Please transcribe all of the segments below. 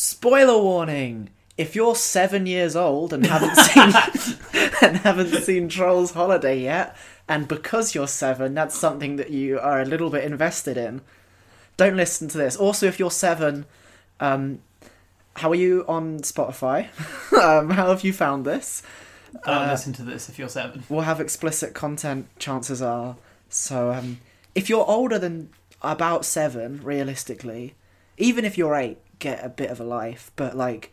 Spoiler warning! If you're seven years old and haven't seen and haven't seen Trolls Holiday yet, and because you're seven, that's something that you are a little bit invested in. Don't listen to this. Also, if you're seven, um, how are you on Spotify? um, how have you found this? Uh, Don't listen to this if you're seven. We'll have explicit content, chances are. So, um, if you're older than about seven, realistically, even if you're eight, get a bit of a life. But, like,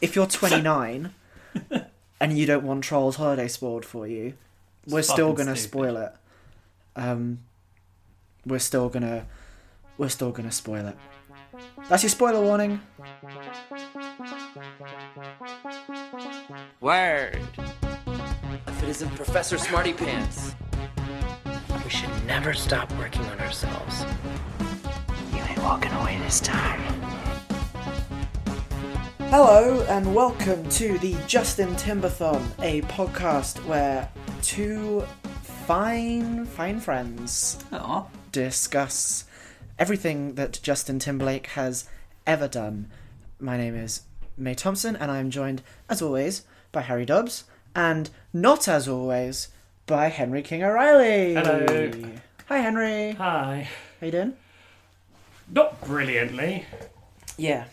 if you're 29 and you don't want Trolls Holiday spoiled for you, we're It's still fucking going to stupid. spoil it. Um, we're still going to. We're still going to spoil it. That's your spoiler warning. Word. If it isn't Professor Smarty Pants. We should never stop working on ourselves. You ain't walking away this time. Hello and welcome to the Justin Timberthon, a podcast where two fine, fine friends Aw. discuss everything that Justin Timberlake has ever done. My name is Mae Thompson, and I am joined, as always, by Harry Dobbs, and not as always, by Henry King O'Reilly. Hello. Hi, Henry. How Hi. you doing? Not brilliantly. Yeah.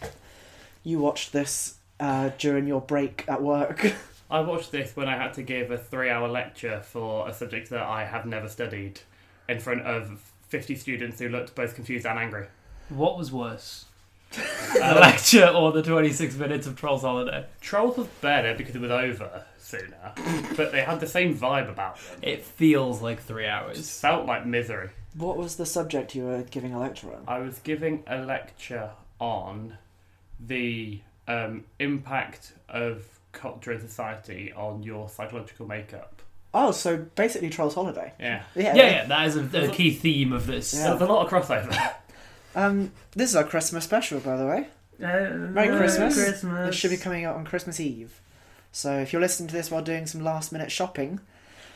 You watched this uh, during your break at work. I watched this when I had to give a three hour lecture for a subject that I have never studied in front of 50 students who looked both confused and angry. Um, What was worse? the lecture or the 26 minutes of Trolls Holiday? Trolls was better because it was over sooner, but they had the same vibe about them. It feels like three It hours. felt like misery. What was the subject you were giving a lecture on? I was giving a lecture on the um, impact of culture and society on your psychological makeup. Oh, so basically Trolls Holiday. Yeah. Yeah. um, Yeah, yeah, that is a, a key theme of this. Yeah. There's a lot of crossover. Um, this is our Christmas special, by the way. Merry Christmas. This should be coming out on Christmas Eve. So if you're listening to this while doing some last minute shopping,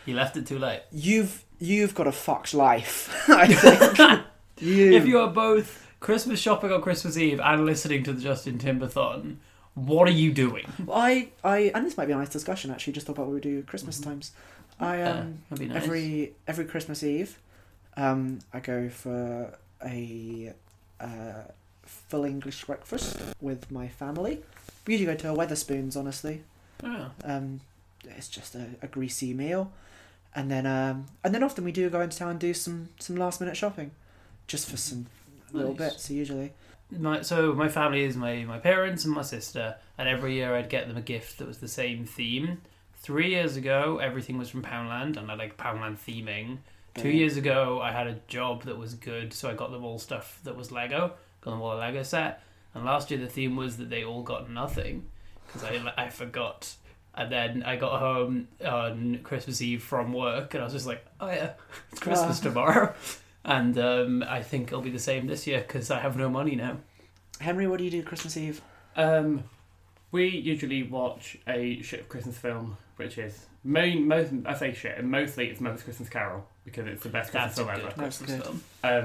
You left it too late. you've you've got a fucked life. I think. you. If you are both Christmas shopping on Christmas Eve and listening to the Justin Timberthon, what are you doing? I I and this might be a nice discussion actually. Just about what we do at Christmas times. I Mm-hmm. Uh, um that'd be nice. every every Christmas Eve, um I go for a uh, full English breakfast with my family. We usually go to a Weatherspoons, honestly. Oh. um, it's just a, a greasy meal, and then um, and then often we do go into town and do some some last minute shopping, just for some little Nice. bits usually. My, so my family is my, my parents and my sister, and every year I'd get them a gift that was the same theme. Three years ago, everything was from Poundland, and I like Poundland theming. Two Yeah. years ago, I had a job that was good, so I got them all stuff that was Lego. Got them all a Lego set, and last year the theme was that they all got nothing because I I forgot. And then I got home on Christmas Eve from work, and I was just like, "Oh yeah, it's Christmas tomorrow." And um, I think it'll be the same this year because I have no money now. Henry, what do you do Christmas Eve? Um, we usually watch a shit Christmas film, which is main most I say shit, and mostly it's Mother's Christmas Carol because it's the best Christmas That's a film good ever. That's Christmas good. film.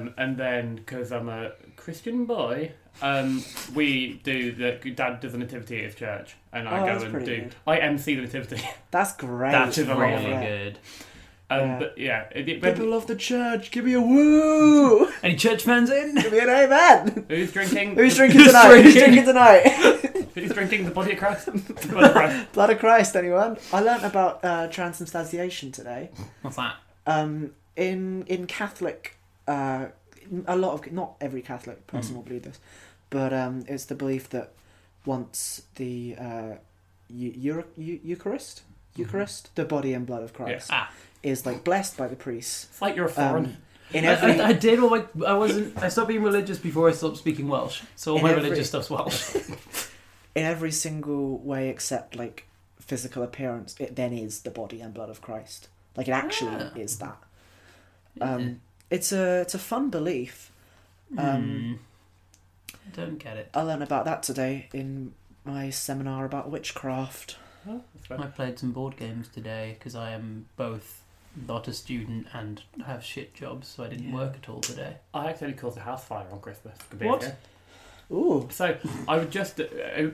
Um, and then because I'm a Christian boy, um, we do the Dad does a nativity at his church, and Oh, I that's go and pretty do good. I MC the nativity. That's great. That is a lot of Really Yeah. good. Um, Yeah. But yeah, it, it, People of the church, give me a woo, Any church fans in? give me an amen. who's drinking? Who's the, drinking tonight? Who's drinking tonight? Who's drinking the body of Christ? The blood of Christ. Blood of Christ, anyone? I learnt about uh, transubstantiation today. What's that? um, in in Catholic, uh, a lot of not every Catholic person will believe this, but um, it's the belief that once the uh, eu- Euro- eu- Eucharist, Eucharist, the body and blood of Christ Ah, is like blessed by the priest. It's like you're a foreign. Um, in I, every I, I did all my. I wasn't. I stopped being religious before I stopped speaking Welsh. So all In my every- religious stuff's Welsh. in every single way except like physical appearance, it then is the body and blood of Christ. Like it actually Ah. is that. Um, it's a it's a fun belief. Um, Hmm. Don't get it. I learned about that today in my seminar about witchcraft. Oh, that's I fine. played some board games today because I am both not a student and have shit jobs, so I didn't Yeah. work at all today. I accidentally caused a house fire on Christmas. Could be What? okay. Ooh. So I would just I,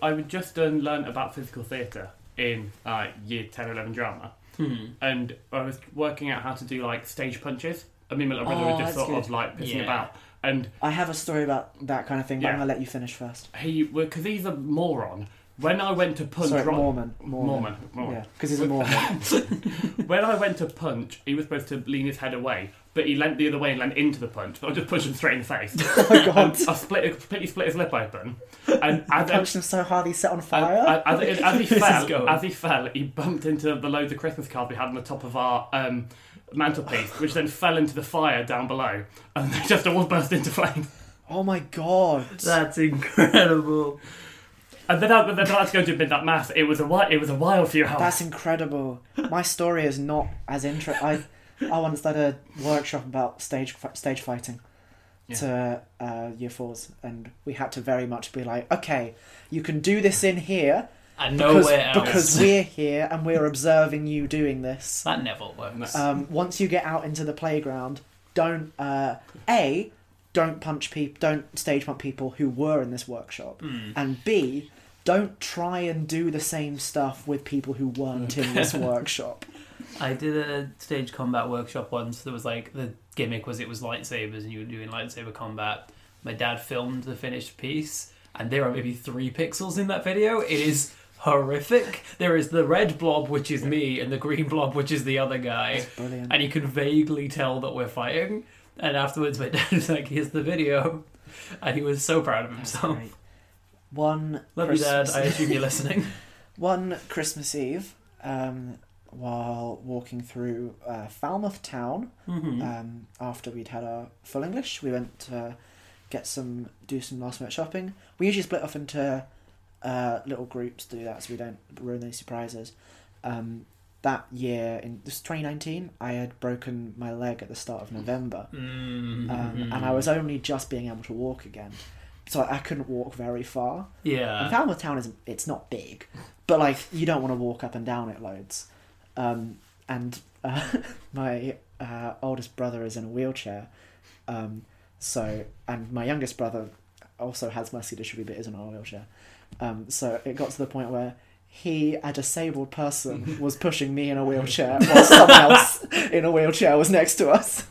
I would just um, learn about physical theatre in uh, year 10, 11 drama, Hmm. and I was working out how to do like stage punches. I mean, my little brother Oh, was just that's sort good. of like pissing Yeah. about, and I have a story about that kind of thing, but I'm Yeah. gonna let you finish first. he because he's a moron. When I went to punch Sorry, Ron- Mormon. Mormon. Mormon, Mormon. Yeah, because he's a Mormon. When I went to punch, he was supposed to lean his head away, but he leant the other way and leant into the punch. So I just punched him straight in the face. oh god. I split, completely split his lip open, and I as, punched him so hard he set on fire. As, as, as he This is fell, going. as he fell, he bumped into the loads of Christmas cards we had on the top of our um, mantelpiece, which then fell into the fire down below, and they just all burst into flame. oh my god. That's incredible. And then, I, then I had to go and do midnight mass. It was a while. It was a while for your Oh. house. That's incredible. My story is not as intro. I, I once did a workshop about stage fi- stage fighting to uh, year fours, and we had to very much be like, okay, you can do this in here And because, nowhere else. because we're here and we're observing you doing this. that never works. Um, once you get out into the playground, don't uh, a don't punch people, don't stage pump people who were in this workshop, Hmm. and b don't try and do the same stuff with people who weren't in this workshop. I did a stage combat workshop once. There was like the gimmick was it was lightsabers and you were doing lightsaber combat. My dad filmed the finished piece, and there are maybe three pixels in that video. It is horrific. There is the red blob, which is me, and the green blob, which is the other guy. Brilliant. And you can vaguely tell that we're fighting. And afterwards, my dad was like, "Here's the video," and he was so proud of himself. Great. One Love you, Dad. Christmas, I assume you're listening. one Christmas Eve, um, while walking through uh, Falmouth town, um, after we'd had our full English, we went to get some do some last minute shopping. We usually split off into uh, little groups to do that, so we don't ruin any surprises. Um, that year in this 2019, I had broken my leg at the start of November Mm. um, and I was only just being able to walk again, so I couldn't walk very far. yeah. And Falmouth Town is it's not big, but like you don't want to walk up and down it loads. Um, and uh, my uh, oldest brother is in a wheelchair, um, so and my youngest brother also has muscular dystrophy but isn't in a wheelchair. Um, so it got to the point where he, a disabled person, was pushing me in a wheelchair while someone else in a wheelchair was next to us.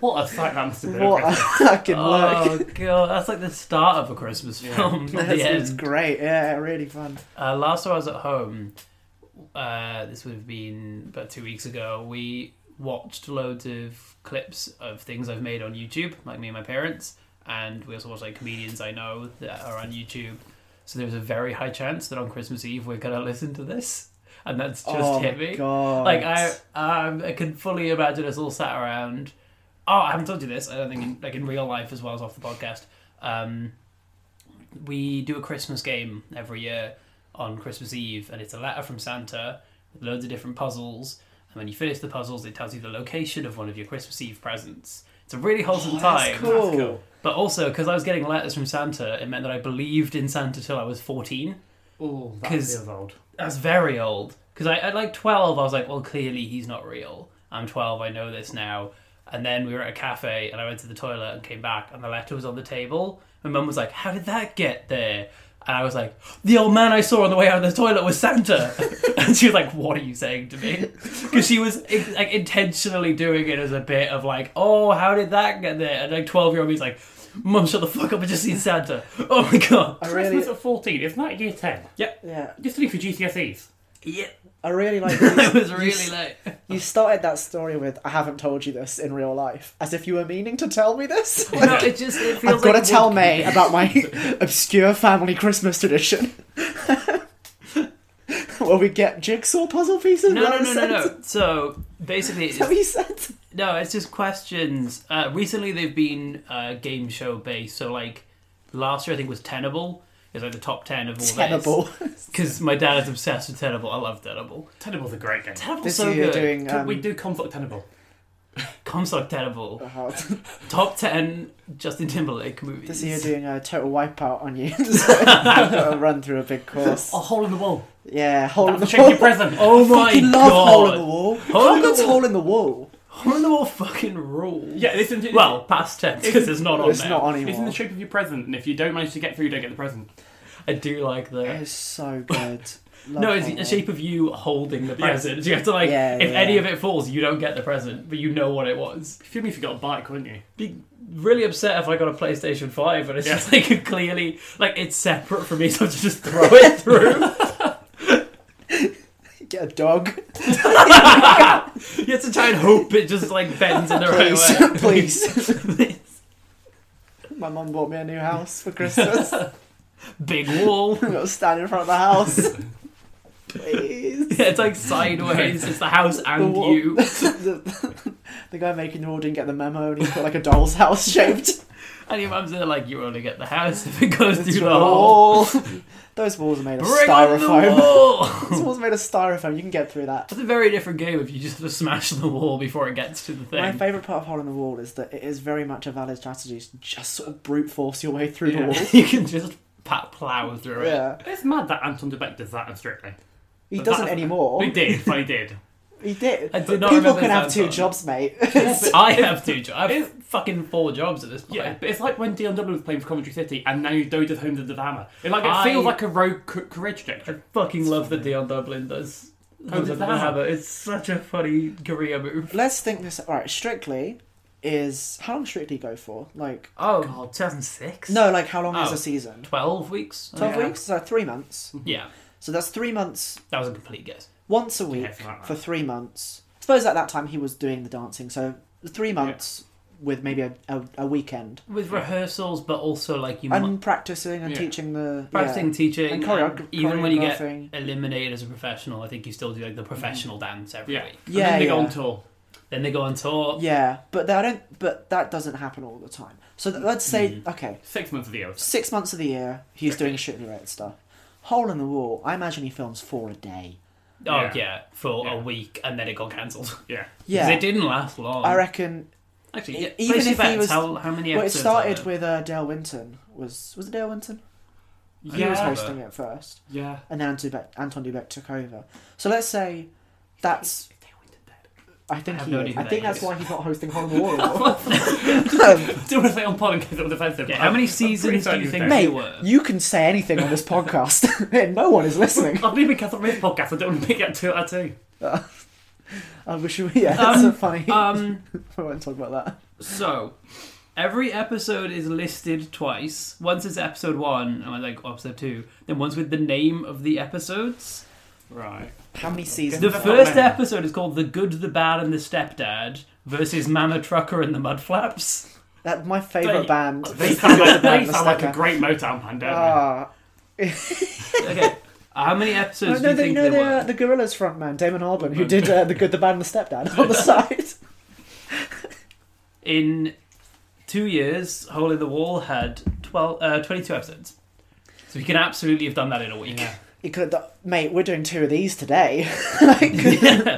what a sight that must have been. What a fucking work! Oh god, that's like the start of a Christmas film. not the It's end. great, yeah, really fun. Uh, last time I was at home, uh, this would have been about two weeks ago. We watched loads of clips of things I've made on YouTube, like me and my parents, and we also watched like comedians I know that are on YouTube. So there's a very high chance that on Christmas Eve we're gonna listen to this, and that's just oh hit my me. god! Like I, um, I can fully imagine us all sat around. Oh, I haven't told you this. I don't think in, like in real life as well as off the podcast. Um, we do a Christmas game every year on Christmas Eve, and it's a letter from Santa with loads of different puzzles. And when you finish the puzzles, it tells you the location of one of your Christmas Eve presents. It's a really wholesome time. Oh, that's cool. But also, because I was getting letters from Santa, it meant that I believed in Santa till I was 14. Oh, that 'Cause- feels old. That's very old. Because I at like twelve, I was like, well, clearly he's not real. I'm twelve. I know this now. And then we were at a cafe, and I went to the toilet and came back, and the letter was on the table. My mum was like, "How did that get there?" And I was like, "The old man I saw on the way out of the toilet was Santa." and she was like, "What are you saying to me?" Because she was like intentionally doing it as a bit of like, "Oh, how did that get there?" And like twelve year old me's like, "Mum, shut the fuck up! I just seen Santa." Oh my god. I really, Christmas at fourteen. Isn't that year ten? yeah, You're studying for GCSEs. Yeah, I really like. it was you- really late. You started that story with "I haven't told you this in real life," as if you were meaning to tell me this. No, it just it feels I've got like to tell wood- May about my obscure family Christmas tradition. Where we get jigsaw puzzle pieces? No, no, That no, no, sounds- no. So basically, Is that what it's, you said? no, it's just questions. Uh, recently, they've been uh, game show based. So like last year, I think was Tenable. It's like the top ten of all Tenable. Because my dad is obsessed with Tenable. I love Tenable. Tenable's a great game. Tenable's This so year you're good. doing. Could Um, we do conflict Tenable? Comstock Tenable. oh, Top ten Justin Timberlake movies. this year you're doing a total wipeout on you. so I've got to run through a big course. A hole in the wall. Yeah, hole in the Change your wall. present. Oh my fucking love god! Hole in the Wall. Hole in the Hogan's Wall. Hole in the Wall. Home on the wall fucking rules. Yeah, it's in, Well, past tense because it's not on It's there. not on it's, anymore. in the shape of your present, and if you don't manage to get through, you don't get the present. I do like that. It's so good. Love No, it's Home the Alone. shape of you holding the Yeah. present. You have to like, Yeah, if yeah. any of it falls, you don't get the present, but you know what it was. You'd feel me if you got a bike, wouldn't you? Be really upset if I got a PlayStation Five, and it's Yeah. just like clearly like it's separate from me, so I have to just throw it through. Get a dog. you have to try and hope it just like bends in the Please, right way. please. My mum bought me a new house for Christmas. I've Big wall. got to stand in front of the house. Please. Yeah, it's like sideways. It's the house The and wall- you. the, the guy making the wall didn't get the memo and he put like a doll's house shaped. And your mum's there like, you only get the house if it goes It's through the a hole. wall. Those walls are made of Bring on the styrofoam. wall! Those walls are made of styrofoam. You can get through that. It's a very different game if you just have to smash the wall before it gets to the thing. My favourite part of Hole in the Wall is that it is very much a valid strategy to just sort of brute force your way through Yeah. the wall. you can just pat plow through it. Yeah. It's mad that Anton Debek does that in Strictly. He But doesn't that- anymore. He did, but he did. He did. I did not People remember can have that two song. jobs, mate. I have two jobs. I have It's- fucking four jobs at this point. Yeah, but it's like when DLW was playing for Coventry City, and now Doe does Homes of the Hammer. It like it I- feels like a rogue c- career trajectory. Fucking love that Dion Dublin does. Oh, does does the that? hammer. It's such a funny career move. Let's think this. All right, Strictly is how long did Strictly go for? Like Oh, 2006? no, like how long is Oh. a season? 12 weeks? Twelve Yeah. weeks, so three months. Yeah, So that's three months that was a complete guess. once a week something like that. for three months. suppose at that time he was doing the dancing, so three months with maybe a, a, a weekend With rehearsals, but also like you mu- and practicing and Yeah. teaching the practicing teaching, And choreo- and even when you get choreographing. Mm-hmm. eliminated as a professional, I think you still do like the professional dance every Yeah, week. And Yeah, then they go yeah. on tour. Then they go on Yeah. tour. Oh, yeah, but that I don't. But that doesn't happen all the time. So th- let's say Mm-hmm. okay, Six months of the year. six months of the year he's doing strictly rated stuff. Hole in the wall. I imagine he films four a day. Oh yeah, Yeah. for Yeah. a week, and then it got cancelled. Yeah, Yeah, it didn't last long. I reckon. Actually, e- yeah, even even if he if was- how, how many well, it episodes? are started there? with uh, Dale Winton. Was was it Dale Winton? He was Yeah. hosting it first, yeah. and then Anton Dubek, Anton Dubek took over. So let's say that's. I think I have he. no is. idea who I think that that's is. why he's not hosting Hole in the Wall. I still want to say on pod in case it was offensive. Yeah, but how many I'm pretty seasons do certain you it was think there. they Mate, were? you can say anything on this podcast, and no one is listening. I've been because of this podcast. I don't want to pick out two out of two. I wish we. Yeah, that's Um, a funny. um, I won't talk about that. so every episode is listed twice. Once it's episode one, and like oh, episode two. Then once with the name of the episodes. Right. How many seasons? The Not first many. episode is called "The Good, the Bad, and the Stepdad" versus Mama Trucker and the Mudflaps. That my favorite They- band. They sound like, they Mr. sound like a Becker. great Motown band, don't Ah, Okay, how many episodes Oh, no, do no, you you think know there the, were? the Gorillas frontman Damon Albarn, who did uh, the good, the bad, and the stepdad on the side. In two years, Hole in the Wall had 12, uh, 22 episodes. So we can absolutely have done that in a they? week. Yeah. You could, mate. We're doing two of these today.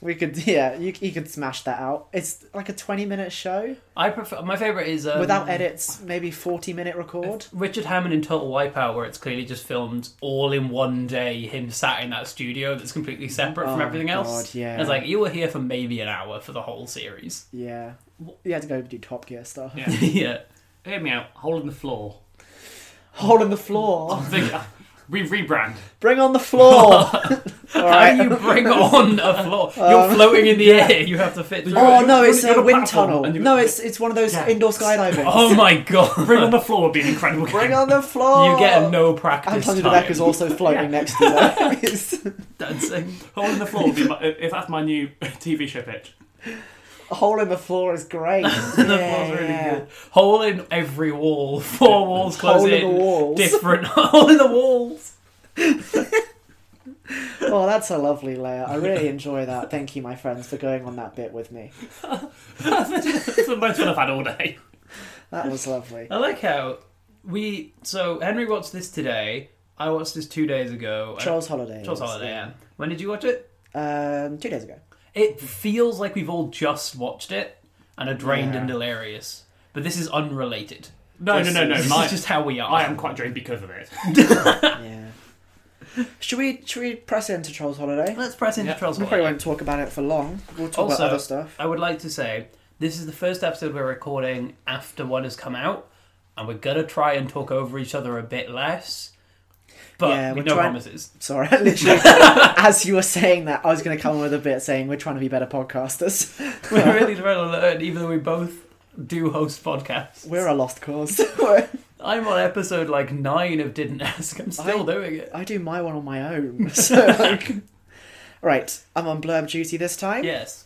We could, yeah. You, you could smash that out. It's like a twenty-minute show I prefer my favorite is um, without edits. Maybe forty-minute record. Richard Hammond in Total Wipeout, where it's clearly just filmed all in one day. Him sat in that studio that's completely separate from Oh, everything else. God, yeah. And it's like you were here for maybe an hour for the whole series. Yeah, you had to go do Top Gear stuff. Yeah. yeah. Hear me out. Hole in the floor. Hole in the floor. Think- uh, We rebrand. Bring on the floor. All right. Um, How do you bring on a floor? You're floating in the air. You have to fit through. Oh it. no, it's You're on a a wind platform tunnel. and you- No, it's it's one of those Yeah. indoor skydiving. Oh my god! Bring on the floor would be an incredible game. Bring on the floor. You get no practice Anton time Dubek Oh, is also floating next to you. dancing. Hole in the floor would be my, if that's my new TV show pitch. A hole in the floor is great. The Yeah, floor's really yeah. good. Hole in every wall. Four walls close Hole in in. the walls. Different hole in the walls. Oh, that's a lovely layer. I really enjoy that. Thank you, my friends, for going on that bit with me. It's the most fun I've had all day. That was lovely. I like how we. So Henry watched this today. I watched this two days ago. I- Charles Holiday. Charles was, Holiday. Yeah. When did you watch it? yeah. Um, two days ago. It feels like we've all just watched it and are drained Yeah. and delirious. But this is unrelated. No, no, no, no. This My, is just how we are. I am quite drained because of it. Yeah. Should we should we press into Trolls Holiday? Let's press into Yeah. Trolls We probably Holiday. won't talk about it for long. We'll talk Also- about other stuff. I would like to say this is the first episode we're recording after one has come out, and we're gonna try and talk over each other a bit less. But Yeah, we're no trying- promises. Sorry, I literally, as you were saying that, I was going to come with a bit saying we're trying to be better podcasters. We're really trying to learn, even though we both do host podcasts. We're a lost because We're- I'm on episode like nine of Didn't Ask. I'm still I- doing it. I do my one on my own. So, like, right, I'm on blurb duty this time. Yes.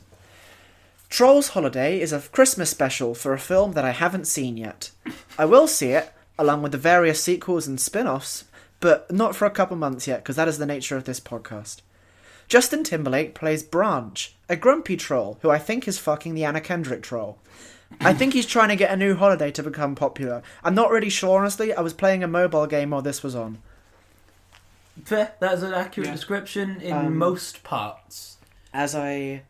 Trolls Holiday is a Christmas special for a film that I haven't seen yet. I will see it, along with the various sequels and spin offs, but not for a couple months yet, because that is the nature of this podcast. Justin Timberlake plays Branch, a grumpy troll who I think is fucking the Anna Kendrick troll. I think he's trying to get a new holiday to become popular. I'm not really sure, honestly. I was playing a mobile game while this was on. Fair. That's an accurate Yeah. description in Um, most parts. as I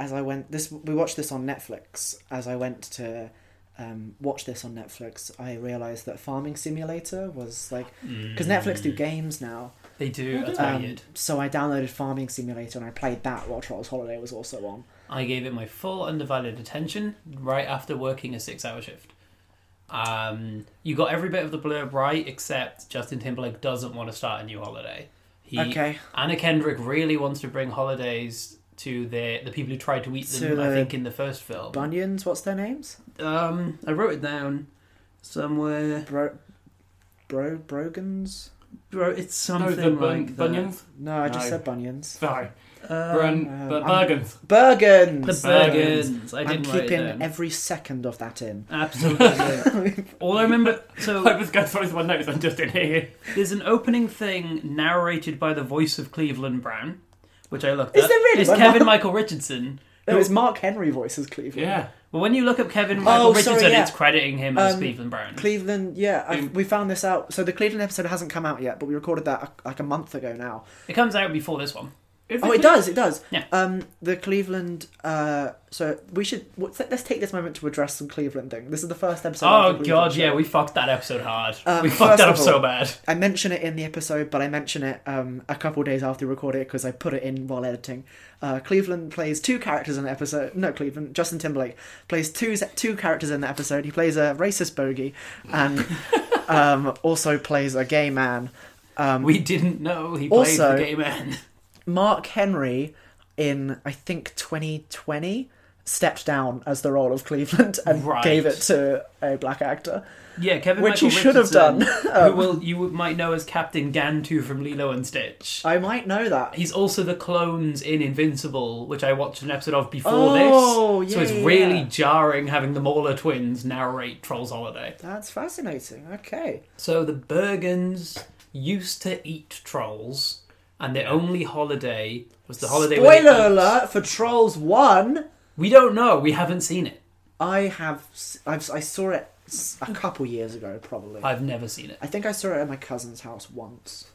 as I went this we watched this on Netflix. As I went to um, watch this on Netflix, I realized that Farming Simulator was like because Netflix do games now. They do. That's Um, weird. So I downloaded Farming Simulator and I played that while Trolls Holiday was also on. I gave it my full undivided attention right after working a six-hour shift. Um, you got every bit of the blurb right, except Justin Timberlake doesn't want to start a new holiday. He, Okay. Anna Kendrick really wants to bring holidays to the the people who tried to eat them. To I the think in the first film. Bunions, what's their names? um, I wrote it down somewhere. Bro, bro, Brogans. Bro, it's No, something the bun- like that. bunions. No, I just No. said Bunions. Sorry, Um, Brun, um, but I'm- Bergens. Bergens. The Bergens. I I'm didn't write it down. keeping every second of that in. Absolutely. All I remember, I so was going through my notes. I'm just in here. there's an opening thing narrated by the voice of Cleveland Brown, which I looked Is up. there really? It's My Kevin mom- Michael Richardson. It was Mark Henry voices Cleveland. Yeah, Well, when you look up Kevin Michael Oh, sorry, Richardson, yeah. it's crediting him as Um, Cleveland Brown. Cleveland, yeah, I, Mm. we found this out. So the Cleveland episode hasn't come out yet, but we recorded that uh, like a month ago now. it comes out before this one. Is Oh, it does, it does. Yeah. Um, the Cleveland. Uh, so we should let's let's take this moment to address some Cleveland thing. This is the first episode. Oh of the Cleveland god, show. yeah, we fucked that episode hard. Um, we fucked first that up of so all- bad. I mention it in the episode, but I mention it um, a couple days after we record it because I put it in while editing. Uh, Cleveland plays two characters in the episode. No, Cleveland. Justin Timberlake plays two two characters in the episode. He plays a racist bogey, and um, also plays a gay man. Um, We didn't know he played Also- the gay man. Mark Henry in I think 2020 stepped down as the role of Cleveland and Right. gave it to a black actor. Yeah, Kevin Which Michael he should have Richardson, done. who will you might know as Captain Gantu from Lilo and Stitch. I might know that. He's also the clones in Invincible, which I watched an episode of before Oh, this. yeah, so it's yeah, really yeah. jarring having the Mauler twins narrate Trolls Holiday. That's fascinating. Okay. So the Bergens used to eat trolls, and their only holiday was the holiday. where they Spoiler ate- alert for Trolls 1. We don't know. We haven't seen it. I have s- I've, I saw it s- a couple years ago probably. I, I've never seen it. think I saw it at my cousin's house once.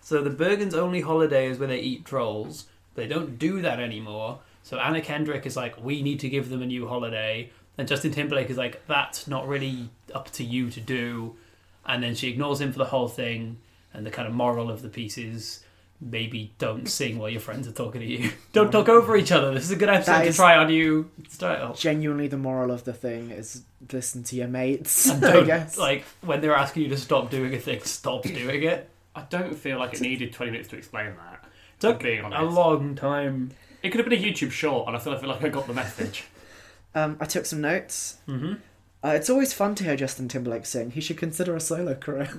So the Bergens' only holiday is where they eat trolls. They don't do that anymore. So Anna Kendrick is like, we need to give them a new holiday. And Justin Timberlake is like, that's not really up to you to do. And then she ignores him for the whole thing. And the kind of moral of the piece is maybe don't sing while your friends are talking to you. don't talk over each other. This is a good episode That to is- try on you. Style. Genuinely the moral of the thing is listen to your mates, And I don't, guess. like, when they're asking you to stop doing a thing, stop doing it. I don't feel like it needed 20 minutes to explain that. Took being a honest, long time. it could have been a YouTube short, and I still feel like I got the message. Um, I took some notes. hmm Uh, it's always fun to hear Justin Timberlake sing. He should consider a solo career.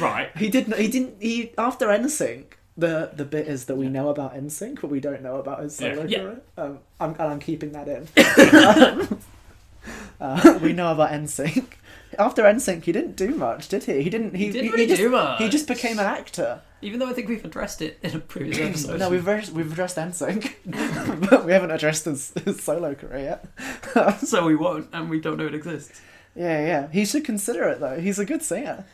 right. he did. He didn't. He after NSYNC, the the bit is that we know about NSYNC, but we don't know about his solo Yeah. career. Um, I'm, and I'm keeping that in. Um, uh, we know about NSYNC. After NSYNC, he didn't do much, did he? He didn't. He, He didn't he- he really just, do much. He just became an actor. Even though I think we've addressed it in a previous episode. No, we've addressed, we've addressed NSYNC, but we haven't addressed his, his solo career yet. so we won't, and we don't know it exists. Yeah, yeah. He should consider it though. He's a good singer.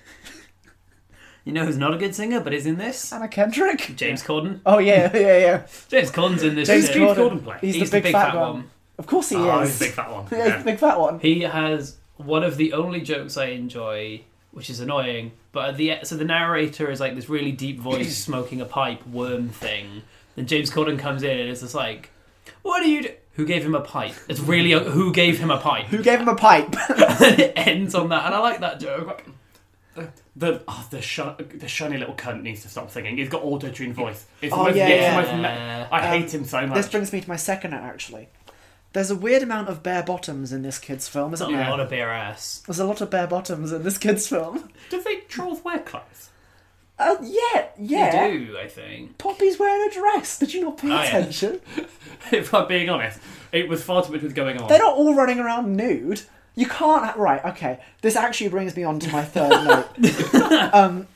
You know who's not a good singer, but is in this? Anna Kendrick. James Corden. Oh yeah, yeah, yeah. James Corden's in this. James shit. James Corden. Corden play? He's, the, big fat, one. one. Of course he Oh, is. big fat one. Yeah, he's the big fat one. He has one of the only jokes I enjoy which is annoying. But at the e- so the narrator is like this really deep voice smoking a pipe worm thing. Then James Corden comes in and it's just like, "What do you do? Who gave him a pipe? It's really a, who gave him a pipe? Who gave him a pipe? it ends on that, and I like that joke. Like, The oh, the shun, the shunny little cunt needs to stop singing. He's got auto tune voice. It's Oh, the most, yeah, it's the yeah. Um, most me- I hate him so much. this brings me to my second note, actually. There's a weird amount of bare bottoms in this kid's film, There's isn't not there? a lot of bare ass. There's a lot of bare bottoms in this kid's film. Do they trolls wear clothes? Uh, yeah, yeah. You do, I think. Poppy's wearing a dress. Did you not pay Oh, yeah. attention? if I'm being honest, it was far too much was going on. They're not all running around nude. You can't. Right, okay. This actually brings me on to my third note. Um,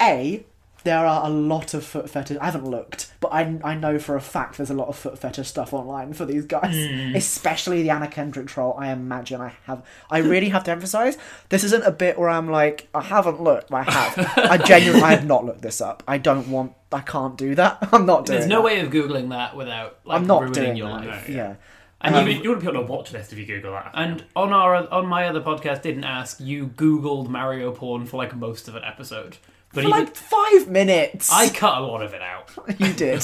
a, there are a lot of foot fetish. I haven't looked, but I, I know for a fact there's a lot of foot fetish stuff online for these guys, Hmm. especially the Anna Kendrick troll. I imagine I have. I really have to emphasize this isn't a bit where I'm like, I haven't looked, but I have. I genuinely I have not looked this up. I don't want. I can't do that. I'm not doing. There's no that. way of googling that without like I'm not ruining doing your that. life. yeah. Um, And you, you- would- you want to be on a watch list if you Google that. And on our on my other podcast, didn't ask you googled Mario porn for like most of an episode, but For even like five minutes. I cut a lot of it out. You did.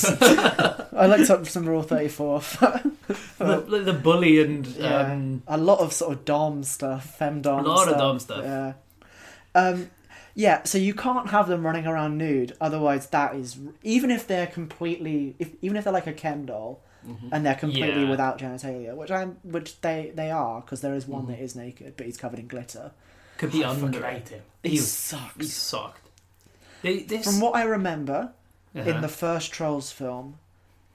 I looked up some Raw 34. The, the- the bully and Yeah. um, a lot of sort of Dom stuff, femdom a lot stuff. of dumb stuff. Yeah. Um, yeah, so you can't have them running around nude. Otherwise, that is. Even if they're completely. If, even if they're like a Ken doll and they're completely Mm-hmm. Yeah. without genitalia, which I am which they, they are, because there is one Mm-hmm. that is naked, but he's covered in glitter. Could be fucking under. hate him. It He sucks. He sucked. They, they From what I remember, uh-huh. in the first Trolls film,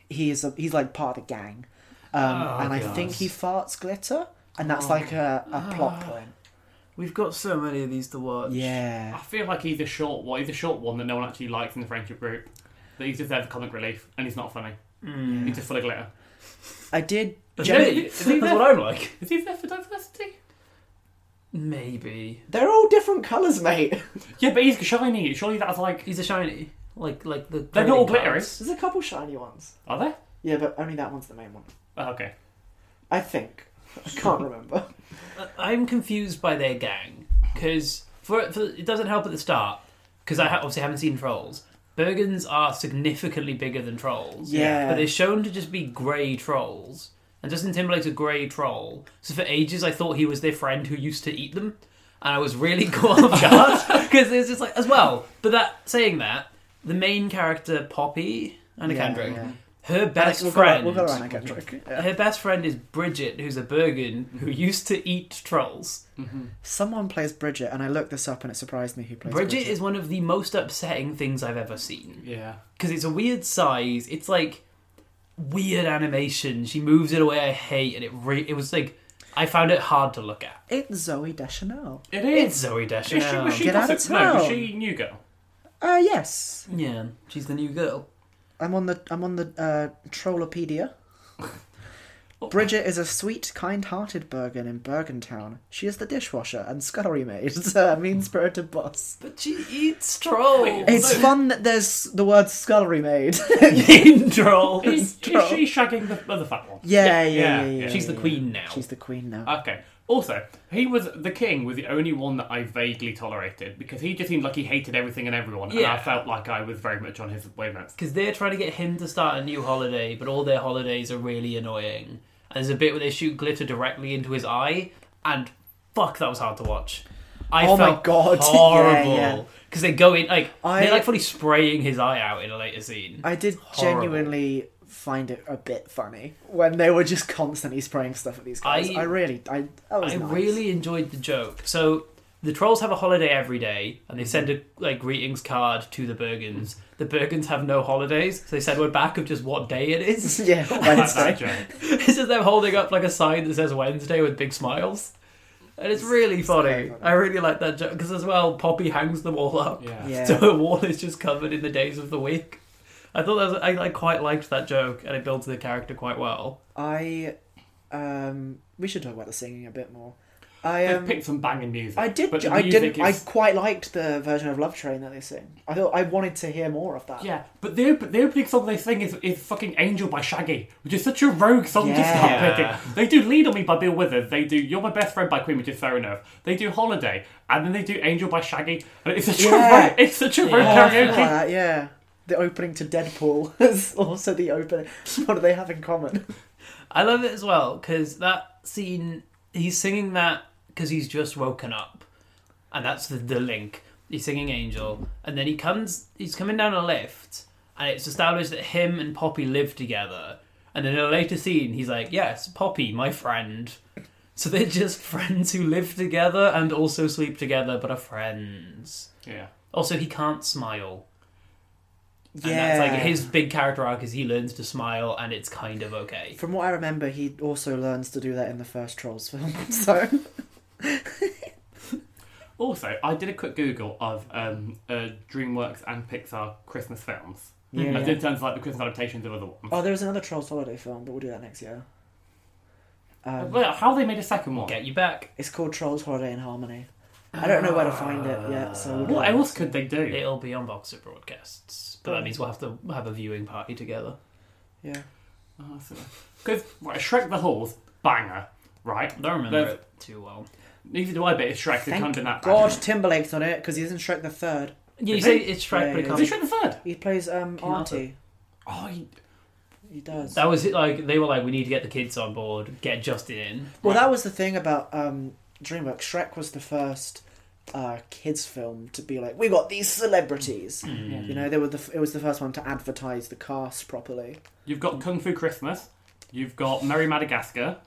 he is a, he's like part of the gang, um, Oh, and I God. Oh. Ah. think he farts glitter, and that's like a, a plot point. we've got so many of these to watch. I Yeah, feel like he's a short one. He's a short one that no one actually likes in the friendship group. That he's just there for comic relief, and he's not funny. Hmm. He's just full of glitter. I did. Jenny, Jenny, that's is he there? what I'm like. Is he there for diversity? Maybe They're all different colours, mate. Yeah, but he's shiny. Surely that's like. he's a shiny, like like the. They're not all curly glittery. parts. There's a couple shiny ones. Are they? Yeah, but only that one's the main one. Oh, okay. I think. I can't remember. I'm confused by their gang because for, for it doesn't help at the start because I ha- obviously haven't seen trolls. Bergens are significantly bigger than trolls, Yeah. but they're shown to just be grey trolls. And Justin Timberlake's a grey troll, so for ages I thought he was their friend who used to eat them, and I was really caught off guard because it's just like as well. But that saying that, the main character Poppy Anna Yeah, Kendrick, yeah. her best We'll go, friend, we'll go around and get drunk. Yeah. her best friend is Bridget, who's a Bergen who used to eat trolls. Someone plays Bridget, and I looked this up, and it surprised me who plays Bridget. Bridget is one of the most upsetting things I've ever seen Yeah. because it's a weird size. It's like weird animation. She moves in a way I hate, and it re- it was like I found it hard to look at. It's Zoe Deschanel. It It's is. Zoe Is she, Deschanel. was she Get out of gossip- No, was town. she new girl? Uh, yes. yeah, she's the new girl. I'm on the I'm on the uh, Trollopedia. Oh. Bridget is a sweet, kind-hearted Bergen in Bergentown. She is the dishwasher and scullery maid, a mean-spirited boss. But she eats trolls. It's fun that there's the word scullery maid. trolls. Is, is troll. she shagging the other fat one? yeah, yeah, yeah, yeah, yeah. She's the yeah. queen now. She's the queen now. Okay. Also, he was the king was the only one that I vaguely tolerated because he just seemed like he hated everything and everyone, and Yeah. I felt like I was very much on his wavelength. because they're trying to get him to start a new holiday, but all their holidays are really annoying. And there's a bit where they shoot glitter directly into his eye, and fuck, that was hard to watch. I Oh my felt God. Yeah, yeah. horrible because they go in like I- they're like fully spraying his eye out in a later scene. I did Horrible. genuinely find it a bit funny when they were just constantly spraying stuff at these guys. I- I, really, I, that was I nice. really enjoyed the joke. So the trolls have a holiday every day, Mm-hmm. and they send a like greetings card to the Bergens. The Bergens have no holidays, so they send one back of just what day it is. yeah, Like that Wednesday. joke. It's just them holding up like a sign that says Wednesday with big smiles. And it's very really funny. funny. I really like that joke because as well, Poppy hangs them all up, Yeah. Yeah. so her wall is just covered in the days of the week. I thought that was, I, I quite liked that joke, and it builds the character quite well. I, um, we should talk about the singing a bit more. I They've um, picked some banging music. I did. but the I music didn't. is- I quite liked the version of Love Train that they sing. I thought I wanted to hear more of that. Yeah, but the, op- the opening song they sing is, is fucking Angel by Shaggy, which is such a rogue song to start Yeah. picking. They do Lead on Me by Bill Withers, they do You're My Best Friend by Queen, which is fair enough. They do Holiday, and then they do Angel by Shaggy. And it's such Yeah. a rogue, it's such a rogue Yeah. Like karaoke. that, Uh, yeah. The opening to Deadpool is also the opening. What do they have in common? I love it as well because that scene, he's singing that because he's just woken up, and that's the, the link. He's singing Angel, and then he comes, he's coming down a lift, and it's established that him and Poppy live together. And then in a later scene, he's like, "Yes, Poppy, my friend." So they're just friends who live together and also sleep together, but are friends. Yeah. Also, he can't smile. And Yeah. that's like his big character arc is he learns to smile, and it's kind of okay. From what I remember, he also learns to do that in the first Trolls film. So Also, I did a quick Google of um, uh, DreamWorks and Pixar Christmas films. Yeah, As yeah. in terms of like the Christmas adaptations of other ones. oh, there was another Trolls holiday film, but we'll do that next year. Um, Well, how they made a second one? Get you back. it's called Trolls Holiday in Harmony. I don't know where to find it yet, so we'll do What that. else could they do? It'll be on Boxer Broadcasts, but that means we'll have to have a viewing party together. yeah. Oh, Because right, Shrek the Halls, banger, right? I don't remember There's- it too well. Neither do I, but it's Shrek. They can't Thank do that. God Timberlake's on it because he's in Shrek the Third. Yeah, you Is say it? it's Shrek, Yeah, but it yeah. Is can't. it Shrek the Third? He plays um, King Arthur. Auntie. Oh, he- He does. That was it. Like they were like, we need to get the kids on board, get Justin in. Well, that was the thing about um, DreamWorks. Shrek was the first uh, kids film to be like, we got these celebrities. Mm. You know, they were the f- it was the first one to advertise the cast properly. you've got Kung Fu Christmas. You've got Merry Madagascar.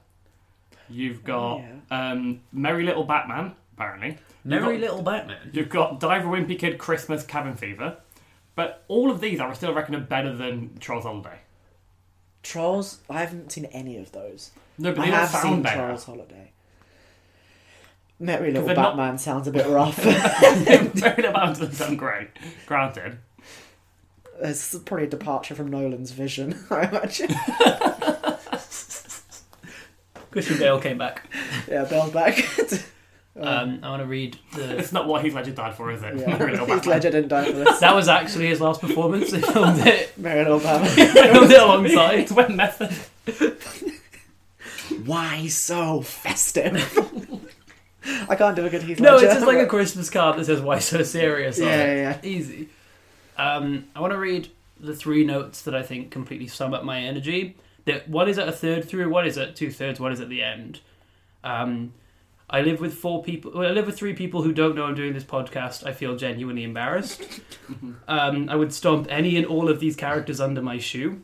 You've got um, Merry Little Batman. Apparently, Merry got- Little Batman. you've got Diver Wimpy Kid Christmas Cabin Fever. But all of these, I still reckon, are better than Trolls Holiday. Trolls. I haven't seen any of those. No, but I they all have seen sound better. Trolls Holiday. Merry Little they're not- Batman sounds a bit rough. Merry Little Batman doesn't sound great. Granted, it's probably a departure from Nolan's vision. I imagine. Christian Bale came back. Yeah, Bell's back. Um, I want to read the. it's not what Heath Ledger died for, is it? yeah, Merry Little he's Batman. legend and die for this. That was actually his last performance. They filmed it. Merry Little Batman. They filmed it alongside. It's when method. Why so festive? I can't do a good Heath No, Ledger. it's just like a Christmas card that says "Why so serious?" on Yeah, it. yeah, easy. Um, I want to read the three notes that I think completely sum up my energy. That one is at a third through, one is at two thirds, one is at the end. Um, I live with four people. Well, I live with three people who don't know I'm doing this podcast. I feel genuinely embarrassed. um, I would stomp any and all of these characters under my shoe,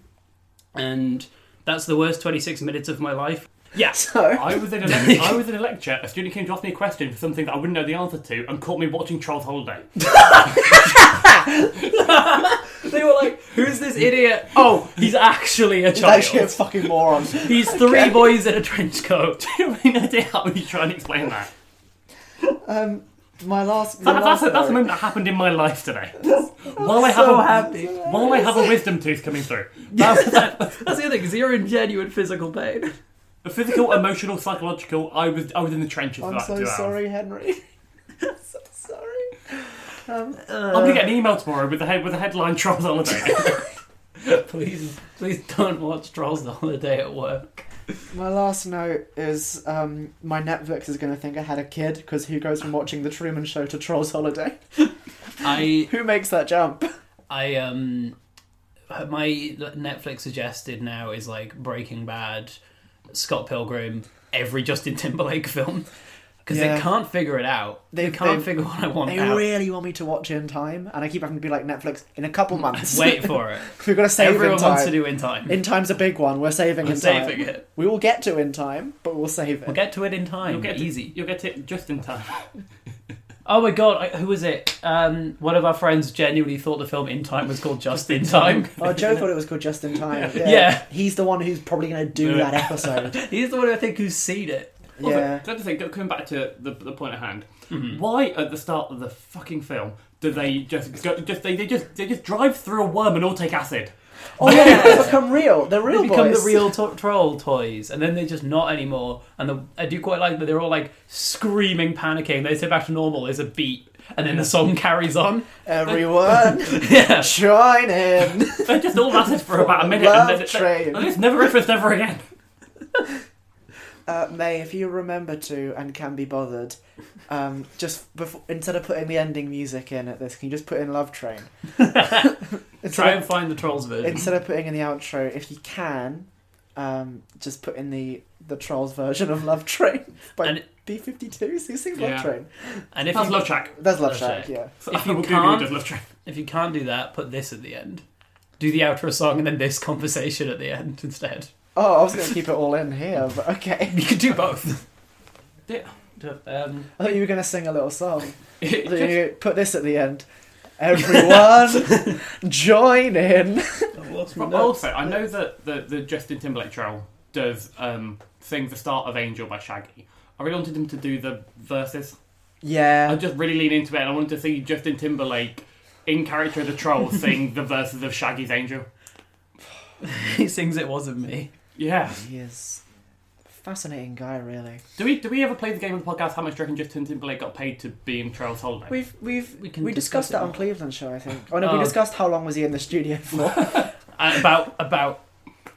and that's the worst 26 minutes of my life. Yeah, So, I was in a lec- I was in a lecture. A student came to ask me a question for something that I wouldn't know the answer to, and caught me watching Trolls Holiday. they were like, "Who's this idiot?" Oh, he's actually a child. that shit is fucking moron. He's three boys in a trench coat. Do you have any idea how you try and explain that? Um, my last. My That- last that's, a, that's a note- moment that happened in my life today. While I have so a happy. while I have a wisdom tooth coming through, That's, that's the other thing, because you're in genuine physical pain. the physical, emotional, psychological. I was I was in the trenches for I'm that so two hours. sorry, Henry. so sorry. Um, I'm gonna get an email tomorrow with the head with the headline Trolls Holiday. Please, please don't watch Trolls the Holiday at work. my last note is um, my Netflix is going to think I had a kid because who goes from watching The Truman Show to Trolls Holiday? I, Who makes that jump? I, um, my Netflix suggested now is like Breaking Bad, Scott Pilgrim, every Justin Timberlake film. Because Yeah. they can't figure it out. They, They- can't they- figure what I want They out. really want me to watch in time, and I keep having to be like Netflix in a couple months. Mm, Wait for it. we've got to save in Everyone time. wants to do in time. In time's a big one. We're saving We're in saving time. it. We will get to in time, but we'll save it. We'll get to it in time. You'll get it- Easy. You'll get it just in time. Oh my god, I, who was it? Um, one of our friends genuinely thought the film In Time was called Just In Time. Oh, Joe thought it was called Just in Time. Yeah. Oh, Yeah. He's the one who's probably going to do that episode. He's the one I think who's seen it. yeah. Mm-hmm. Also, can I just say, go- coming back to the, the point at hand, why at the start of the fucking film do they just go, just they, they just they just drive through a worm and all take acid? Oh yeah, they become real. They're real they become boys. the real to- troll toys, and then they're just not anymore. And the, I do quite like that they're all like screaming, panicking. They sit back to normal. There's a beat, and then the song carries on. Everyone, Yeah, join in. They just all lasted for about a minute Love and then train. and it's never referenced ever again. Uh, May, if you remember to and can be bothered, um, just before, instead of putting the ending music in at this, can you just put in Love Train? instead, try of, and find the trolls version. instead of putting in the outro, if you can, um, just put in the the Trolls version of Love Train by And- B52s who sing Yeah. Love Train. and if That's you, love track. That's Love Love Shack, Shack. yeah. If I you will Google can't- just love track. if you can't do that, put this at the end. Do the outro song and then this conversation at the end instead. Oh, I was going to keep it all in here, but okay. You could do both. Yeah. Um, I thought you were going to sing a little song. It I thought you were just- gonna put this at the end. Everyone, join in. I've lost my But notes. also, I know that the, the Justin Timberlake trail does um, sing the start of Angel by Shaggy. I really wanted him to do the verses. I Yeah. just really lean into it, and I wanted to see Justin Timberlake in character of the troll sing the verses of Shaggy's Angel. he sings "It Wasn't Me." Yeah. He is a fascinating guy, really. Do we do we ever play the game on the podcast? How much do you reckon Justin Timberlake got paid to be in Trails Holiday? We've we've We we, can discuss discussed it that on more. Cleveland show, I think. Oh no, we Oh. discussed how long was he in the studio for. Uh, about about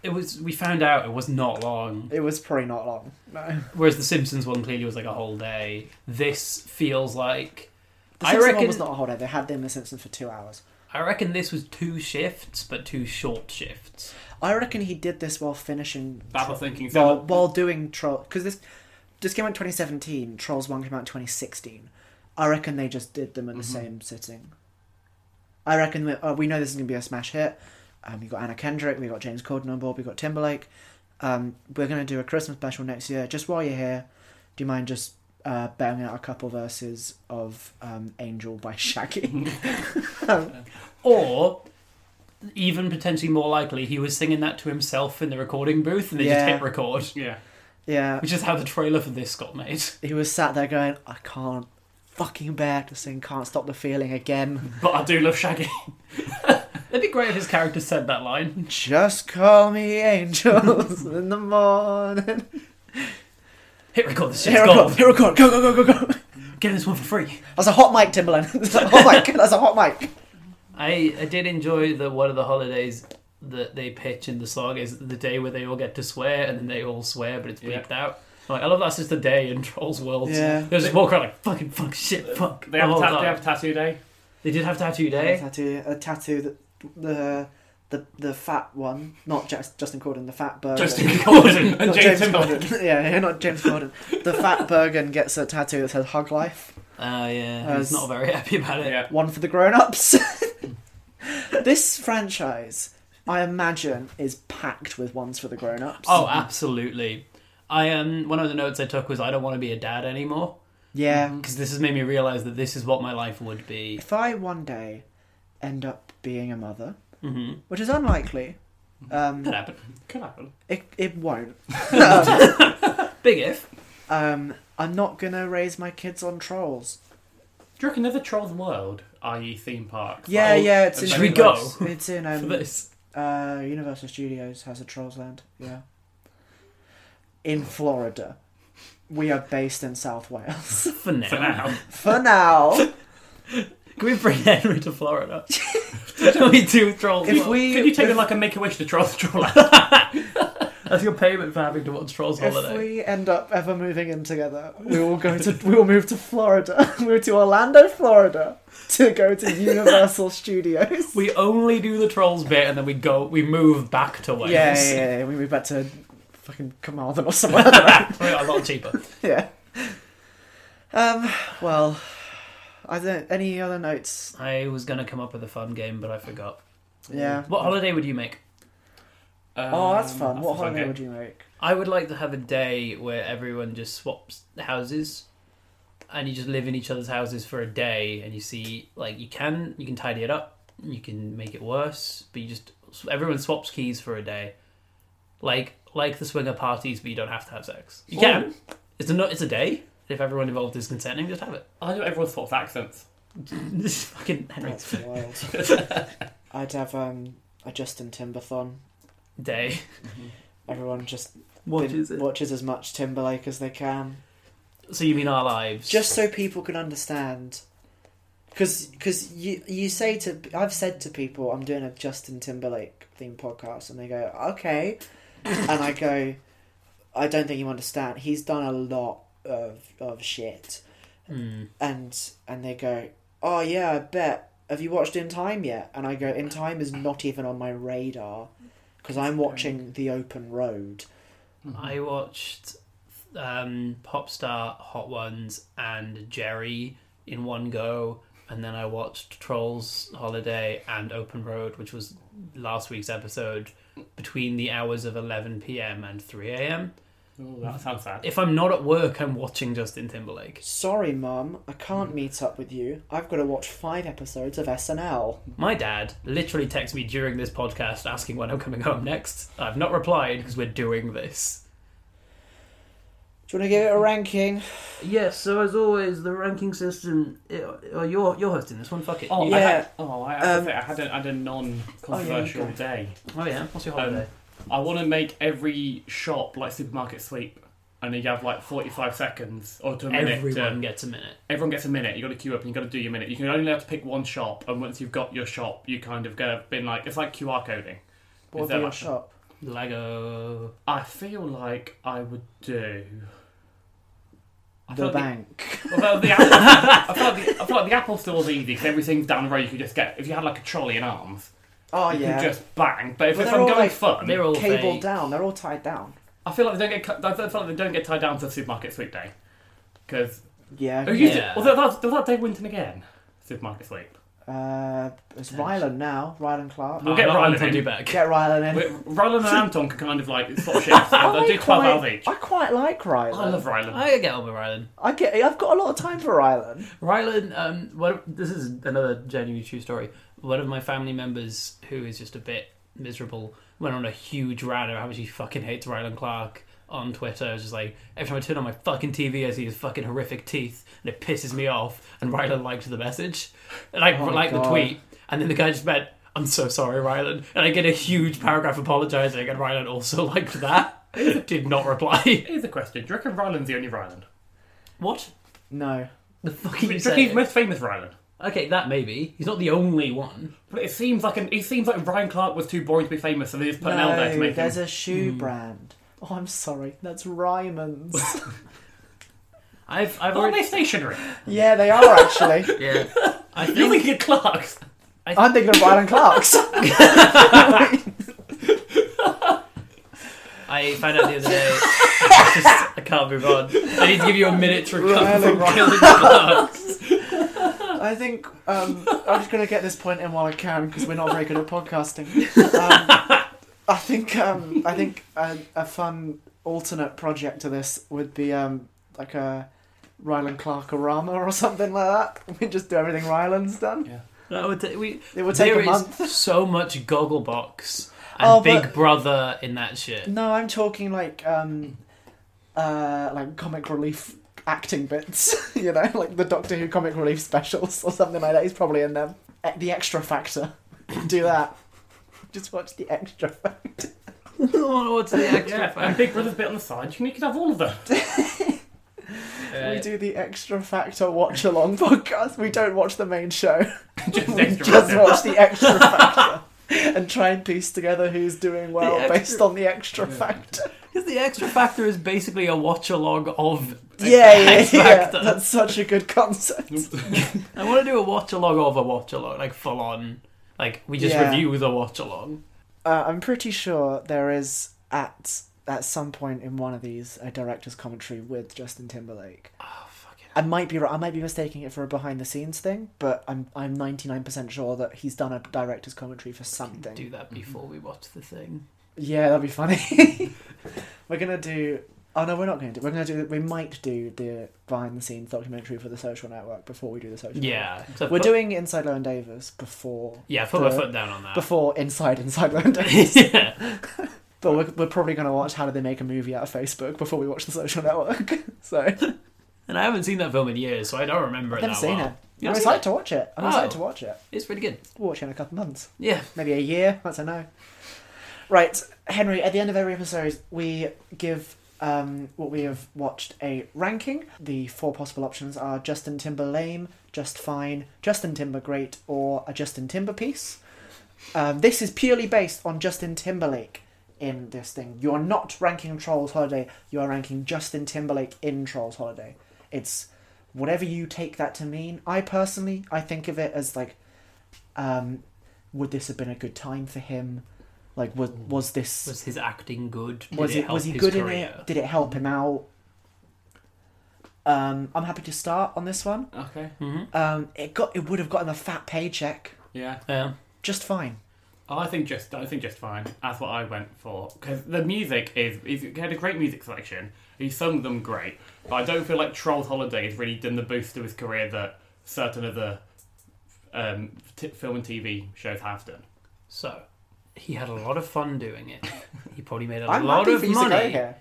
it was. We found out it was not long. it was probably not long. No. Whereas the Simpsons one clearly was like a whole day. This feels like The I Simpsons reckon- one was not a whole day. They had them in The Simpsons for two hours. I reckon this was two shifts, but two short shifts. I reckon he did this while finishing Babble thinking. while, So while doing Troll because this this came out in 2017. Trolls One came out in 2016. I reckon they just did them at the same sitting. I reckon we, oh, we know this is going to be a smash hit. Um, we got Anna Kendrick, we got James Corden on board, we got Timberlake. Um, we're going to do a Christmas special next year. Just while you're here, do you mind just uh, banging out a couple verses of um, "Angel" by Shaggy? Or even potentially more likely, he was singing that to himself in the recording booth, and they just Yeah. hit record, yeah. yeah, which is how the trailer for this got made. he was sat there going, "I can't fucking bear to sing, can't stop the feeling again." But I do love Shaggy. It'd be great if his character said that line. Just call me angels in the morning. Hit record. This shit's Here I go, gold. here I go, go, go, go, go, go. Getting this one for free. That's a hot mic, Timberland. That's a hot mic. That's a hot mic. I, I did enjoy the one of the holidays that they pitch in the song is the day where they all get to swear and then they all swear but it's bleeped out. Like I love that's just the day in Trolls World. Yeah. They just walk around like fucking fuck shit fuck. They have, the a whole ta- time. they have a tattoo day. They did have tattoo A day. tattoo, a tattoo that the the the fat one, not just Justin Corden, the fat Bergen. Justin Corden and Not James Timberlake. Corden. yeah, yeah, not James Corden. The fat Bergen gets a tattoo that says "Hug Life." Oh yeah. Uh, he's not very happy about it. Yeah. One for the grown-ups. this franchise, I imagine, is packed with ones for the grown-ups. Oh absolutely. I um one of the notes I took was I don't want to be a dad anymore. yeah. Because this has made me realise that this is what my life would be. if I one day end up being a mother, Mm-hmm. which is unlikely, um, Could happen. Could happen. it, it won't. Big if. Um, I'm not gonna raise my kids on trolls. Do you reckon there's a Trolls World, i.e. theme park? Yeah, Like, yeah, it's in. Should we go? It's in For um, this. uh, Universal Studios has a Trolls Land. Yeah, in Florida. We are based in South Wales For now. For now. for now. Can we bring Henry to Florida? Can we do trolls? If we, Could you take if, it like a make a wish to troll the troll out? That's your payment for having to watch Trolls if Holiday. we end up ever moving in together, we will go to we will move to Florida. We'll to Orlando, Florida, to go to Universal Studios. We only do the trolls bit and then we go, we move back to Wales. yeah, yeah, yeah, yeah. We move back to fucking Carmarthen or somewhere. I don't know. a lot cheaper. yeah. Um. Well, I don't. Any other notes? I was gonna come up with a fun game, but I forgot. Yeah. What Um, holiday would you make? Oh, Um, that's fun. what holiday game. would you make? I would like to have a day where everyone just swaps houses, and you just live in each other's houses for a day, and you see like you can you can tidy it up, you can make it worse, but you just everyone swaps keys for a day, like like the swinger parties, but you don't have to have sex. You can. It's a no- it's a day. If everyone involved is consenting, just have it. I know everyone swaps accents. This fucking Henry That's wild. I'd have um, a Justin Timberthon. Day Everyone just watches it. watches as much Timberlake as they can. So you mean our lives? just so people can understand because you you say to i've said to people i'm doing a justin timberlake themed podcast and they go okay and i go i don't think you understand he's done a lot of of shit Hmm. and and they go oh yeah i bet have you watched in time yet and i go in time is not even on my radar because i'm watching the open road I watched um, Popstar, Hot Ones, and Jerry in one go, and then I watched Trolls Holiday and Open Road, which was last week's episode, between the hours of 11 p.m. and 3 a.m. Oh, that sounds sad. If I'm not at work, I'm watching Justin Timberlake. sorry mum i can't meet up with you i've got to watch five episodes of snl My dad literally texts me during this podcast asking when I'm coming home next. I've not replied because we're doing this. Do you want to give it a ranking? Yes, so as always, the ranking system. Oh, you're you're hosting this one. Fuck it. Oh, You- I Yeah. had, oh, I have Um, to say, I had a, I had a non-controversial Oh, yeah, okay. day. oh yeah. What's your Um, holiday? I want to make every shop like supermarket sleep, and you have like forty-five seconds or to a minute. Everyone to, gets a minute. everyone gets a minute. You got to queue up and you got to do your minute. You can only have to pick one shop, and once you've got your shop, you kind of go been like it's like QR coding. What Is that be your like- shop? Lego. I feel like I would do. I The feel like bank. The, well, the Apple, I, feel like the, I feel like the Apple Store's easy because everything's down the road. You could just get if you had like a trolley in arms, Oh you yeah. could just bang. But if, Well, if they're I'm all going like- fun, They're all Cable fake. down. They're all tied down. I feel like they don't get. cu- I feel like they don't get tied down to the supermarket sweep day because Yeah. Oh, you Yeah. did- although that, does that day Winton again? Supermarket sleep. Uh, it's Rylan now. Rylan Clark. We'll get I'll- Rylan I'll in. do back. Get Rylan in. Wait, Rylan and Anton can kind of like sort of shift. They'll do twelve hours quite, each. I quite like Rylan. I love Rylan. I get on with Rylan. I get. I've got a lot of time for Rylan. Rylan, um, what, this is another genuinely true story. One of my family members, who is just a bit miserable, went on a huge rant about how much he fucking hates Rylan Clark on Twitter. It was just like, every time I turn on my fucking TV, I see his fucking horrific teeth, and it pisses me off. And Rylan liked the message, and I Oh my liked the God. tweet. And then the guy just went, I'm so sorry, Rylan. And I get a huge paragraph apologizing, and Rylan also liked that. Did not reply. Here's a question: Do you reckon Rylan's the only Rylan? What? No. The fuck Do are you you reckon he's saying? the most famous Rylan? Okay, that maybe. He's not the only one. But it seems like an, it seems like Ryan Clark was too boring to be famous, so they just put an L there to no. make There's him. Hmm. a shoe brand. Oh, I'm sorry. That's Ryman's. I've I've Aren't already they stationary? yeah, they are actually. yeah. I You're think thinking of Clark's. I'm thinking of Rylan Clark's. I found out the other day. I, just, I can't move on. I need to give you a minute to recover Really from wrong. killing Clarks. I think um, I'm just going to get this point in while I can because we're not very good at podcasting. Um, I think um, I think a, a fun alternate project to this would be um, like a Rylan Clarkorama or something like that. We just do everything Rylan's done. That would ta- we, It would take there a is month. so much Gogglebox and Oh, Big but- Brother in that shit. No, I'm talking like um, uh, like comic relief acting bits. you know, like the Doctor Who comic relief specials or something like that. He's probably in them. E- The Extra Factor. Do that. Just watch the Extra Factor. oh, what's the extra Yeah, and Big Brother's bit on the side. You could have all of them. We do the Extra Factor watch along podcast. We don't watch the main show. just We extra just Rylan. watch the Extra Factor. And try and piece together who's doing well extra- based on the extra factor. Because the extra factor is basically a watch along of. Yeah, yeah, X yeah. Factor. That's such a good concept. I want to do a watch along of a watch along, like full on. Like we just Yeah. review the watch along. Uh, I'm pretty sure there is at at some point in one of these a director's commentary with Justin Timberlake. Oh fucking. I might be I might be mistaking it for a behind the scenes thing, but I'm I'm 99% sure that he's done a director's commentary for something. Do that before we watch the thing. Yeah, that'd be funny. we're gonna do. Oh no, we're not gonna do. We're gonna do. We might do the behind the scenes documentary for the Social Network before we do the Social. Network. Yeah, 'cause I we're put- doing Inside Llewyn Davis before Yeah, I put my the- foot down on that. before Inside Inside Llewyn Davis, yeah. but we're, we're probably gonna watch How Do They Make a Movie Out of Facebook before we watch the Social Network. so And I haven't seen that film in years, so I don't remember it never that seen well. it. You I'm know, excited to watch it. I'm Oh. excited to watch it. It's pretty good. We'll watch it in a couple months. Yeah. Maybe a year. I don't know. Right, Henry, at the end of every episode, we give um, what we have watched a ranking. The four possible options are Justin Timber Lame, Just Fine, Justin Timber Great, or a Justin Timber piece. Um, this is purely based on Justin Timberlake in this thing. You are not ranking Trolls Holiday, you are ranking Justin Timberlake in Trolls Holiday. It's whatever you take that to mean. I personally, I think of it as like, um, would this have been a good time for him? Like, was, was this Was his acting good? Did was it he help was he his good in career? it? Did it help him out? Um, I'm happy to start on this one. Okay. Um, it got it would have got him a fat paycheck Yeah. Yeah. just fine. I think just I think just fine. That's what I went for because the music is he had a great music selection. He sung them great, but I don't feel like Trolls Holiday has really done the boost to his career that certain other um, t- film and TV shows have done. So he had a lot of fun doing it. He probably made a I'm lot happy of for you to go money. here.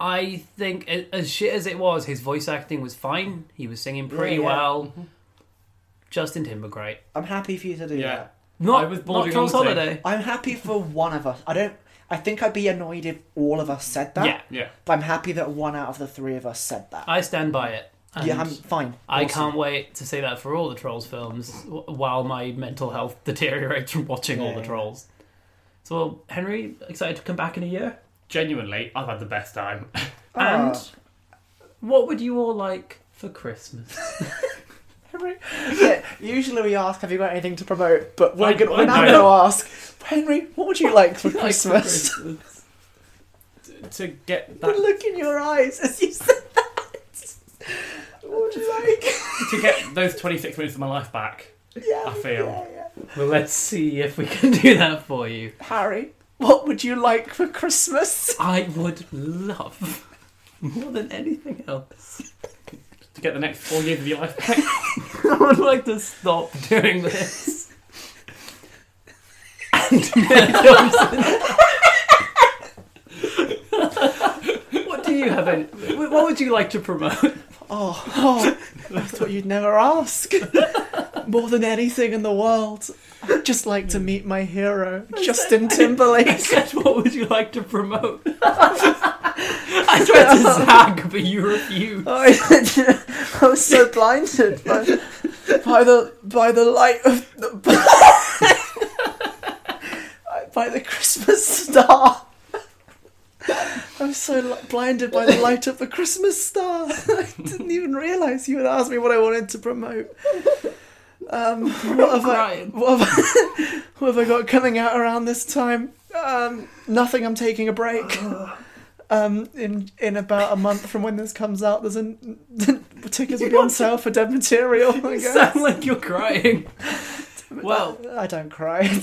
I think a- as shit as it was, his voice acting was fine. He was singing pretty Yeah, Mm-hmm. yeah. well. Justin Timber, great. I'm happy for you to do Yeah. that. Not, I was not bordering Trolls on the same. Holiday. I'm happy for one of us. I don't. I think I'd be annoyed if all of us said that. Yeah. Yeah. But I'm happy that one out of the three of us said that. I stand by it. And yeah, I'm fine. I Awesome. can't wait to say that for all the Trolls films w- while my mental health deteriorates from watching all Yeah, the yeah. Trolls. So, Henry, excited to come back in a year? Genuinely, I've had the best time. Ah. And what would you all like for Christmas? Henry. Yeah, usually we ask, "Have you got anything to promote?" But we're, I- gonna, I we're now don't. going to ask, Henry, what would you like for Christmas? to get The that look in your eyes as you said that. What would you like? to get those 26 minutes of my life back. Yeah. I feel. yeah, yeah. well, let's see if we can do that for you. Harry, what would you like for Christmas? I would love more than anything else. To get the next four years of your life back. I would like to stop doing this. and Matt Thompson. what do you have? In, wh- what would you like to promote? Oh, oh I thought you'd never ask. More than anything in the world, I'd just like to meet my hero, Justin I Timberlake. said, what would you like to promote? I tried to zag, but you refused. I, I was so blinded by, by the by the light of the, by, the Christmas star. I'm so li- blinded by the light of the Christmas star. I didn't even realise you had asked me what I wanted to promote. Um, what have I? Brian. What have I, what have I got coming out around this time? Um, nothing. I'm taking a break. Um, in in about a month from when this comes out, there's a tickets will be on sale for dead material. I You guess. sound like you're crying. Well, I don't cry.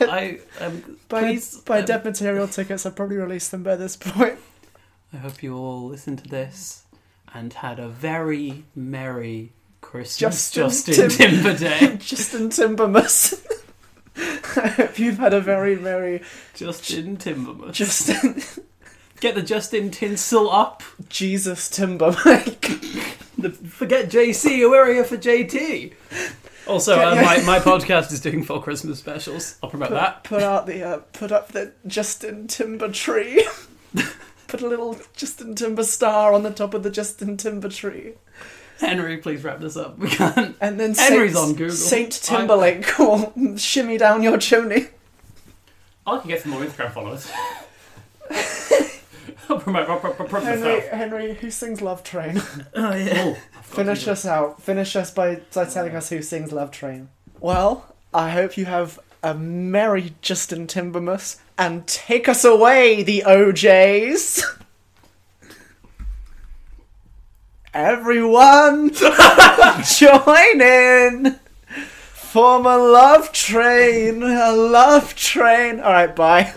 I am by please. by um, dead material tickets, I've probably released them by this point. I hope you all listened to this and had a very merry Christmas, Justin Tim- Justin, Timber Day. Justin Timbermus. I hope you've had a very merry Justin Timberman. Justin Get the Justin tinsel up. Jesus Timberlake. The, forget JC, we're here for JT. Also, uh, my, my podcast is doing full Christmas specials. I'll promote that. Put out the uh, put up the Justin Timber tree. Put a little Justin Timber star on the top of the Justin Timber tree. Henry, please wrap this up. We can't. And then Henry's Saint, on Google. Saint Timberlake will shimmy down your chimney. I could get some more Instagram followers. I'll promote, pro- pro- pro- promote Henry, myself. Henry, who sings Love Train? Oh, yeah. Oh, I've got Finish to- us out. Finish us by, by telling us who sings Love Train. Well, I hope you have a merry Justin Timbermus and take us away, the OJs. Everyone, join in. Form a love train, a love train. All right, bye.